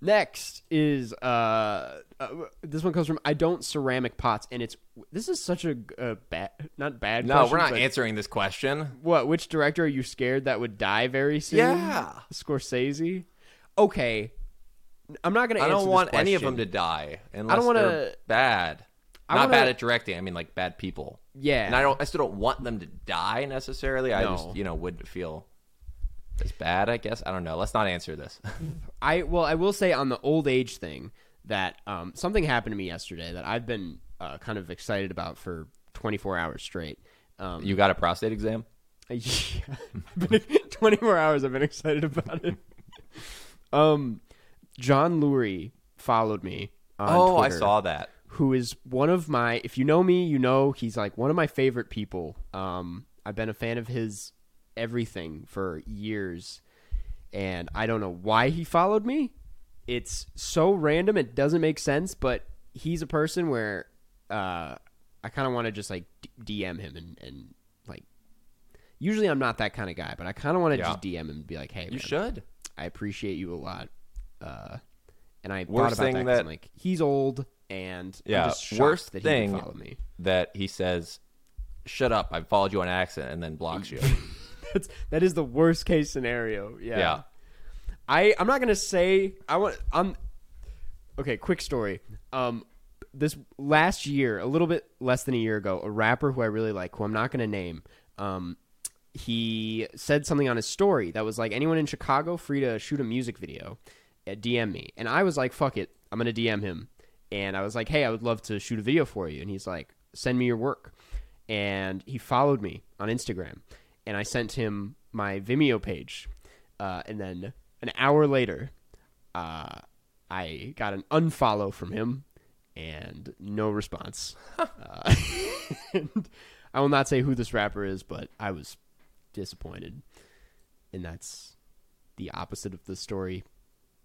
Next is uh, uh this one comes from I don't ceramic pots and it's this is such a uh, bad not bad
no
question,
we're not
but
answering this question
what which director are you scared that would die very soon
Yeah.
Scorsese okay I'm not gonna
i
answer
don't
this
want any of
question.
them to die unless
wanna-
they're bad
I
not
wanna-
bad at directing i mean like bad people
yeah
and i don't i still don't want them to die necessarily i
No.
just you know wouldn't feel as bad i guess i don't know let's not answer this
I well, I will say on the old age thing that um, something happened to me yesterday that I've been uh, kind of excited about for 24 hours straight. Um,
you got a prostate exam
yeah, I've been, 24 hours. I've been excited about it. um, John Lurie followed me. On
oh i
Twitter,
saw that
Who is one of my? If you know me, you know he's like one of my favorite people. Um, I've been a fan of his everything for years and I don't know why he followed me. It's so random; it doesn't make sense. But he's a person where uh, I kind of want to just like d- DM him and, and like. Usually, I'm not that kind of guy, but I kind of want to
Yeah.
just DM him and be like, "Hey,
you
man,
should
I appreciate you a lot." Uh, and I
Worst
thought
thing
about that, 'cause
that-
I'm like he's old and I'm
Yeah,
just shocked
worst
that
thing-
he would follow me.
that he says shut up i followed you on accident and then blocks you
That's, that is the worst case scenario.
yeah
I I'm not gonna say I want I'm okay. Quick story. Um, this last year, a little bit less than a year ago, a rapper who I really like, who I'm not gonna name, um, he said something on his story that was like, anyone in Chicago free to shoot a music video, Uh, DM me, and I was like, fuck it, I'm gonna DM him, and I was like, hey, I would love to shoot a video for you, and he's like, send me your work, and he followed me on Instagram, and I sent him my Vimeo page, uh, and then an hour later, uh, I got an unfollow from him and no response. uh, and I will not say who this rapper is, but I was disappointed. And that's the opposite of the story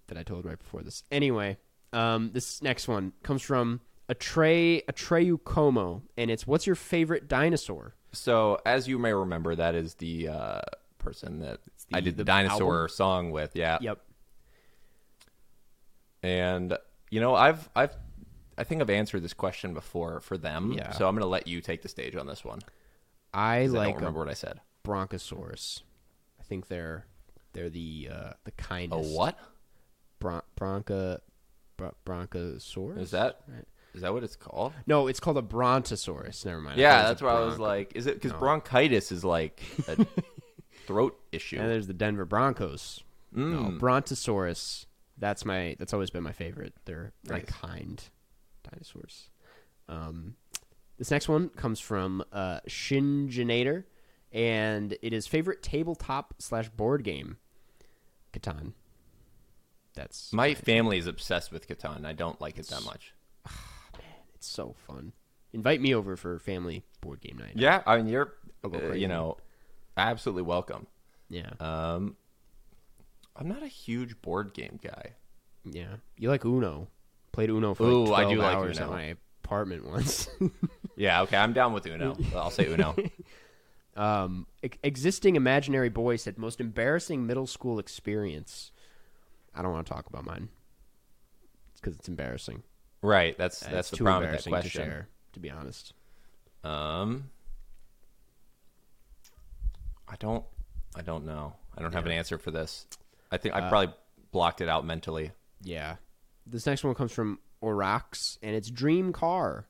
that I told right before this. Anyway, um, this next one comes from Atre Atreyu Como, and it's what's your favorite dinosaur?
So, as you may remember, that is the uh, person that I did the, dinosaur song with. Yeah.
Yep.
And you know, I've I've I think I've answered this question before for them.
Yeah.
So I'm gonna let you take the stage on this one. 'cause
I
I
like
don't remember what I said.
a bronchosaurus. I think they're they're the uh, the
A
kindest.
what
Bron- bronca bro- bronchosaurus?
is that? Is that what it's called?
No, it's called a brontosaurus. Never mind. I
Yeah,
thought it
that's
a
why I was
bronc-
like, is it because bronchitis is like a throat issue?
And there's the Denver Broncos.
Mm.
No, brontosaurus. That's my. That's always been my favorite. They're like kind dinosaurs. Um, this next one comes from uh, Shinjinator, and it is favorite tabletop slash board game, Catan. That's
My family is obsessed with Catan. I don't like it that much.
it's so fun. Invite me over for family board game night.
Yeah, I mean you're,
go
uh,
crazy.
you know, absolutely welcome.
yeah,
Um, I'm not a huge board game guy.
yeah. You like Uno? Played Uno for
Ooh,
like
I
twelve
do like
hours
Uno.
at my apartment once.
Yeah, okay, I'm down with Uno. I'll say Uno.
Um, ex- existing imaginary boy said most embarrassing middle school experience. I don't want to talk about mine because it's embarrassing.
right, that's that's
It's
the
too
problem with that
embarrassing to
question.
share. To be honest,
Um, I don't, I don't know. I don't have an answer for this. I think I probably blocked it out mentally.
yeah. This next one comes from Orax, and it's dream car.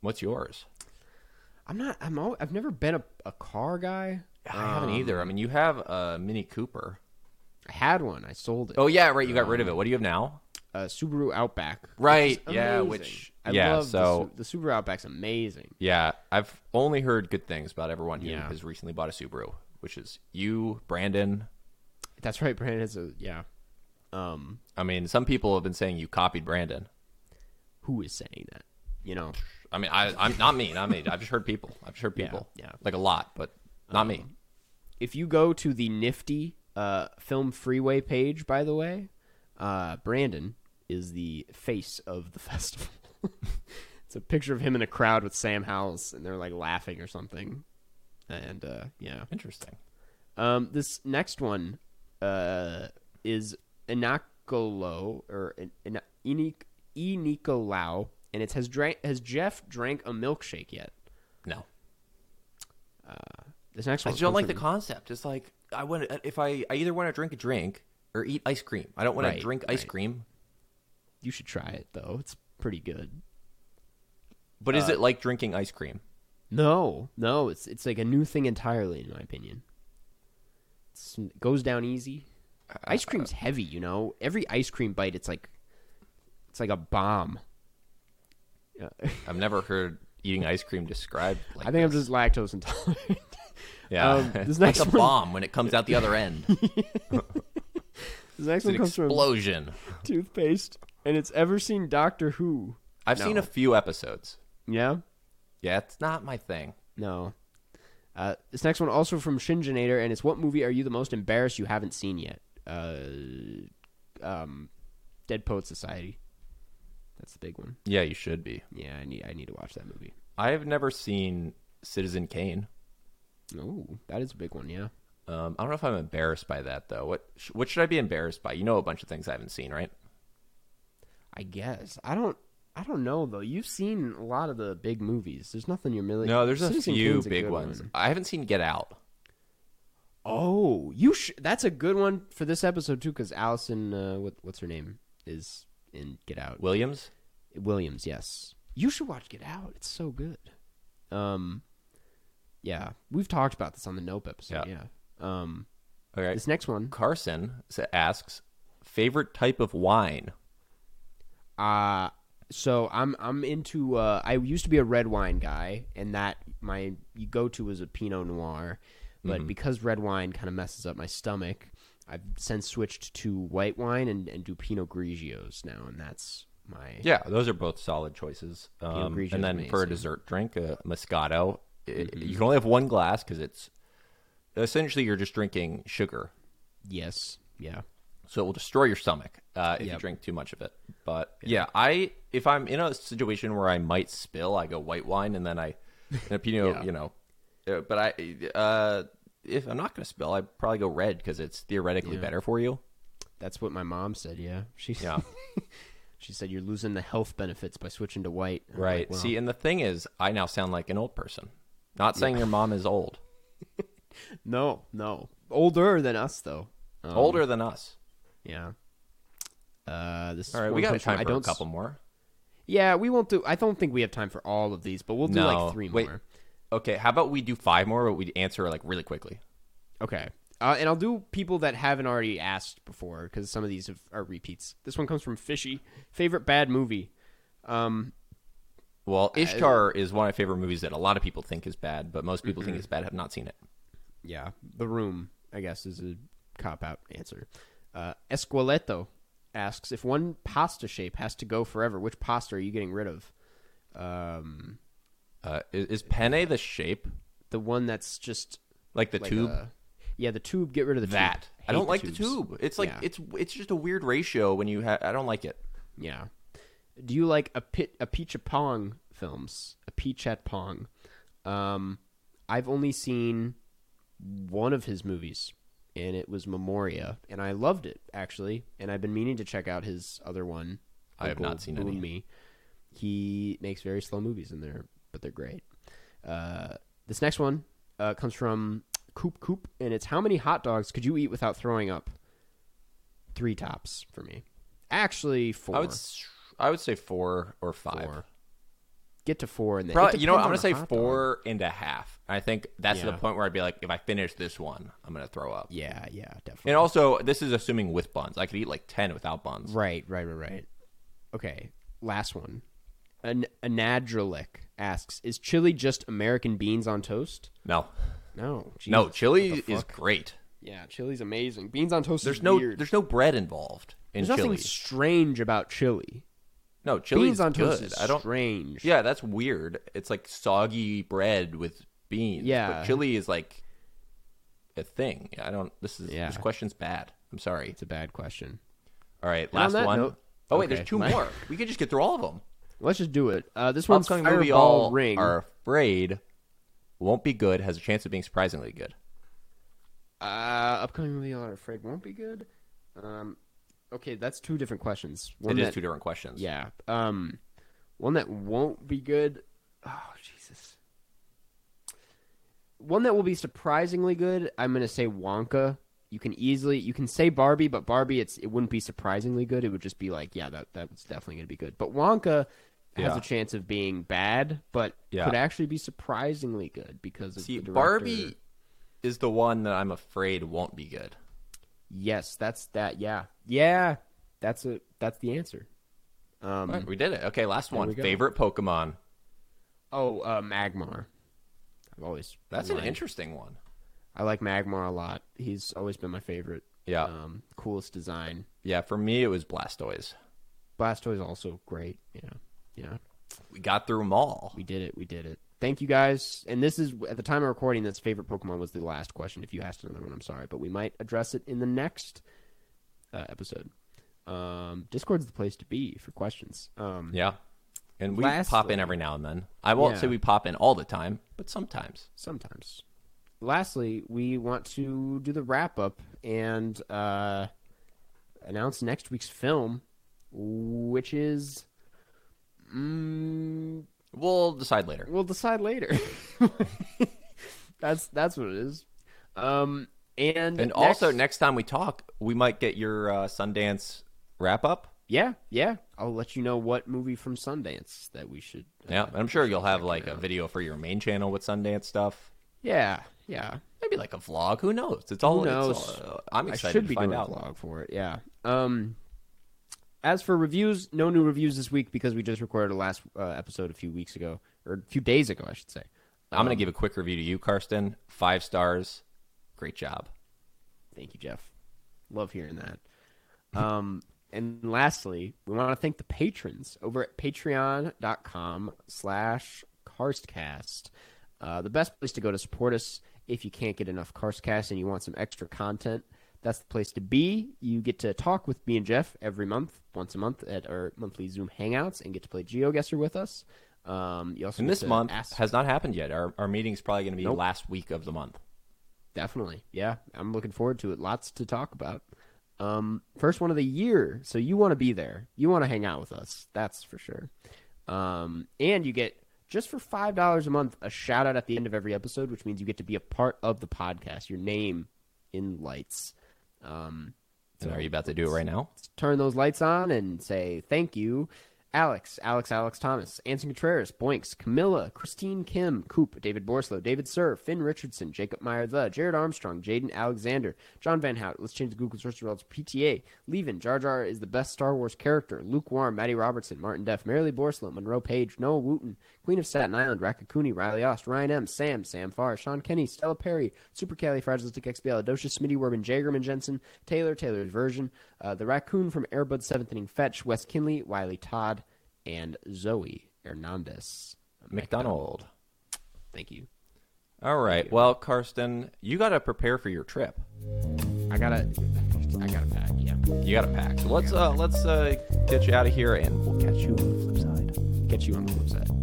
What's yours?
I'm not. I'm. Al- I've never been a, a car guy.
I haven't either. I mean, you have a Mini Cooper.
I had one. I sold it.
Oh yeah, right. You got rid of it. What do you have now?
A uh, Subaru Outback.
Right.
Amazing.
Yeah. Which.
I
yeah.
love
so
the, Su- the Subaru Outback's amazing.
Yeah, I've only heard good things about everyone who
Yeah.
has recently bought a Subaru, which is you, Brandon.
That's right, Brandon. It's a yeah. Um,
I mean, some people have been saying you copied Brandon.
who is saying that? You know.
I mean, I, I'm not me, not me. I've just heard people. I've just heard people.
yeah.
like a lot, but not me.
if you go to the nifty uh, film freeway page by the way uh, brandon is the face of the festival it's a picture of him in a crowd with sam howells and they're like laughing or something and uh, yeah
Interesting.
um, this next one uh, is Inacolo or In- In- Inicolau, and it has drank has Jeff drank a milkshake yet?
No,
This next
I
one
just don't
comes
like
from-
the concept. It's like I want to, if I, I either want to drink a drink or eat ice cream. I don't want
Right,
to drink ice cream.
You should try it though; it's pretty good.
But
Uh,
is it like drinking ice cream?
No, no, it's it's like a new thing entirely, in my opinion. It's, it goes down easy.
Uh,
Ice cream's heavy, you know. Every ice cream bite, it's like it's like a bomb. Yeah.
I've never heard eating ice cream described. Like
I think I'm just lactose intolerant.
yeah,
um, this
it's
next
like a
one-
bomb when it comes out the other end. It's
this next
an
one comes from
explosion.
toothpaste, and it's ever seen Doctor Who.
I've seen a few episodes.
Yeah,
Yeah, it's not my thing.
no. Uh, this next one also from Shinjinator, and it's what movie are you the most embarrassed you haven't seen yet? Uh, um, Dead Poet Society. That's the big one.
Yeah, you should be.
Yeah, I need I need to watch that movie.
I've never seen Citizen Kane.
Oh, that is a big one. Yeah.
Um, I don't know if I'm embarrassed by that though. What sh- what should I be embarrassed by? You know a bunch of things I haven't seen, right?
I guess I don't I don't know though. You've seen a lot of the big movies. There's nothing you're really
No, there's
Citizen
a few
Kane's
big
good
ones.
one.
I haven't seen Get Out.
Oh, you sh- that's a good one for this episode too because Allison, uh, what what's her name is in Get Out.
Williams.
Williams, yes. You should watch Get Out. It's so good. Um, yeah, we've talked about this on the Nope episode. Yeah.
Yeah.
Um,
All right.
this next one,
Carson sa- asks favorite type of wine.
Uh so I'm I'm into uh I used to be a red wine guy and that my go to was a Pinot Noir, but
Mm-hmm.
because red wine kind of messes up my stomach, I've since switched to white wine and, and do Pinot Grigios now and that's my
Yeah, those are both solid choices. Um,
Grigio's
and then for a
amazing.
dessert drink, a Moscato.
Mm-hmm,
It- You can only have one glass because it's essentially you're just drinking sugar.
yes, yeah.
so it will destroy your stomach uh, if you
Yep.
drink too much of it. But yeah. I if I'm in a situation where I might spill, I go white wine and then I and a pinot, you know. Uh, But I uh, if I'm not going to spill, I probably go red because it's theoretically better for you.
That's what my mom said. Yeah, she
Yeah.
she said you're losing the health benefits by switching to white. And I'm like,
Right.
well,
See, and the thing is, I now sound like an old person. Not saying your mom is old,
no, no, older than us though. Um,
older than us.
Yeah. Uh, this.
All right,
one
we got
comes from-
time
I
for a
don't s-
couple more.
Yeah, we won't do. I don't think we have time for all of these, but we'll do like three
wait.
more.
Okay, how about we do five more, but we answer like really quickly.
Okay. Uh, and I'll do people that haven't already asked before because some of these have, are repeats. This one comes from Fishy. Favorite bad movie? Um,
Well, Ishtar is one of my favorite movies that a lot of people think is bad, but most people think is bad have not seen it.
yeah, The Room, I guess, is a cop out answer. Uh, Esqueleto asks if one pasta shape has to go forever, which pasta are you getting rid of? Um,
Uh, is, is penne the shape,
the one that's just
like the
like
tube?
a- yeah, the tube. Get rid of the
that
Tube.
I don't
Hate
like the
tubes.
tube. It's like
Yeah.
it's it's just a weird ratio when you have. I don't like it.
Yeah. Do you like a pit a peach at pong films? A peach at pong. Um, I've only seen one of his movies, and it was Memoria, and I loved it actually. And I've been meaning to check out his other one.
I have
Uncle
not seen
Boon
any.
Me. He makes very slow movies, and they're but they're great. Uh, this next one uh, comes from Coop Coop, and it's how many hot dogs could you eat without throwing up? Three tops for me. Actually, four
I would s- I would say four or five.
four. Get to four, and then
Probably,
it
you know, what, I'm gonna
depends on
say
the hot dog.
four and a half. I think that's the
Yeah.
point where I'd be like, if I finish this one, I'm gonna throw up.
Yeah, yeah, definitely.
And also, this is assuming with buns. I could eat like ten without buns.
right, right, right, right. Okay, last one. An Anadralic asks, "Is chili just American beans on toast?"
No,
No,
no,
Jesus,
chili
what the
is
fuck?
great.
yeah, chili's amazing. Beans on toast.
There's
is
no
weird.
there's no bread involved in
There's nothing
chili.
strange about chili.
No, chili
beans
is
on toast
good.
is
I don't.
strange.
Yeah, that's weird. It's like soggy bread with beans.
Yeah.
but chili is like a thing. I don't. This is
Yeah.
this question's bad. I'm sorry.
it's a bad question.
All right,
on
last
that
one.
note-
oh wait,
okay,
there's two
my-
more. We could just get through all of them.
Let's just do it. Uh, this one's
Upcoming movie
Fireball
all
Ring.
are afraid won't be good. Has a chance of being surprisingly good.
Uh, upcoming movie I'm afraid won't be good. Um, okay, that's two different questions. One
It is
that-
two different questions.
yeah. Um, one that won't be good. Oh Jesus. One that will be surprisingly good. I'm gonna say Wonka. You can easily you can say Barbie, but Barbie it's it wouldn't be surprisingly good. It would just be like yeah that that was definitely gonna be good. But Wonka has
Yeah.
a chance of being bad, but
Yeah.
could actually be surprisingly good because of
See,
the director.
Barbie is the one that I'm afraid won't be good.
Yes, that's that. Yeah, yeah, that's a that's the answer. Um,
All right, we did it. Okay, last one.
we go.
Favorite Pokemon.
Oh, uh, Magmar. I've always
That's an
liked-
interesting one.
I like Magmar a lot. He's always been my favorite.
Yeah.
Um, coolest design.
Yeah, for me it was Blastoise.
Blastoise also great. Yeah, yeah.
We got through them all.
We did it. We did it. Thank you guys. And this is at the time of recording. This favorite Pokemon was the last question. If you asked another one, I'm sorry, but we might address it in the next uh, episode. Um, Discord's the place to be for questions. Um,
Yeah. And we pop
Lastly-
in every now and then. I won't
Yeah.
say we pop in all the time, but sometimes.
sometimes. Lastly, we want to do the wrap up and uh, announce next week's film, which is. Mm,
We'll decide later.
we'll decide later. that's that's what it is. Um, and
And also next time we talk, we might get your uh, Sundance wrap up.
yeah, yeah, I'll let you know what movie from Sundance that we should. uh,
Yeah, and I'm sure you'll have like a video for your main channel with Sundance stuff.
yeah, yeah.
Maybe like a vlog. Who knows? It's all.
Who
It's
knows?
all uh, I'm
I
excited
should
to
be
find
doing
out.
a vlog for it. Yeah. Um, as for reviews, no new reviews this week because we just recorded a last uh, episode a few weeks ago or a few days ago, I should say.
I'm gonna give a quick review to you, Karsten. Five stars. Great job.
Thank you, Jeff. Love hearing that. Um, and lastly, we want to thank the patrons over at patreon.com slash karstcast. Uh, the best place to go to support us if you can't get enough karstcast and you want some extra content. That's the place to be. You get to talk with me and Jeff every month, once a month at our monthly Zoom hangouts, and get to play GeoGuessr with us. Um, you also
And
get
this
to
month
ask-
has not happened yet. Our our meeting's probably going to be
Nope.
last week of the month.
Definitely. Yeah. I'm looking forward to it. Lots to talk about. Um, first one of the year. So you want to be there. You want to hang out with us. That's for sure. Um, and you get, just for $5 a month, a shout out at the end of every episode, which means you get to be a part of the podcast, your name in lights. Um,
And are you about to do it right now?
turn those lights on and say thank you. Alex, Alex, Alex Thomas, Anson Contreras, Boinks, Camilla, Christine Kim, Coop, David Borslow, David Sir, Finn Richardson, Jacob Meyer, The, Jared Armstrong, Jaden Alexander, John Van Hout, Let's Change the Google Search Results, PTA, Levin, Jar Jar is the best Star Wars character, Luke Warm, Maddie Robertson, Martin Deff, Marilee Borslow, Monroe Page, Noah Wooten, Queen of Staten Island, Rakakuni, Riley Ost, Ryan M, Sam, Sam Farr, Sean Kenny, Stella Perry, Supercalifragilisticexpialidocious, Smitty Werman, Jagerman Jensen, Taylor, Taylor's version, uh, the raccoon from Airbud Seventh Inning Fetch, Wes Kinley, Wiley Todd, and Zoe Hernandez.
McDonald.
Thank you.
All right. Well, Karsten, you got to prepare for your trip.
I gotta, I gotta pack. Yeah.
You got to pack. So let's uh let's uh get you out of here and we'll catch you on the flip side.
Catch you on the flip side.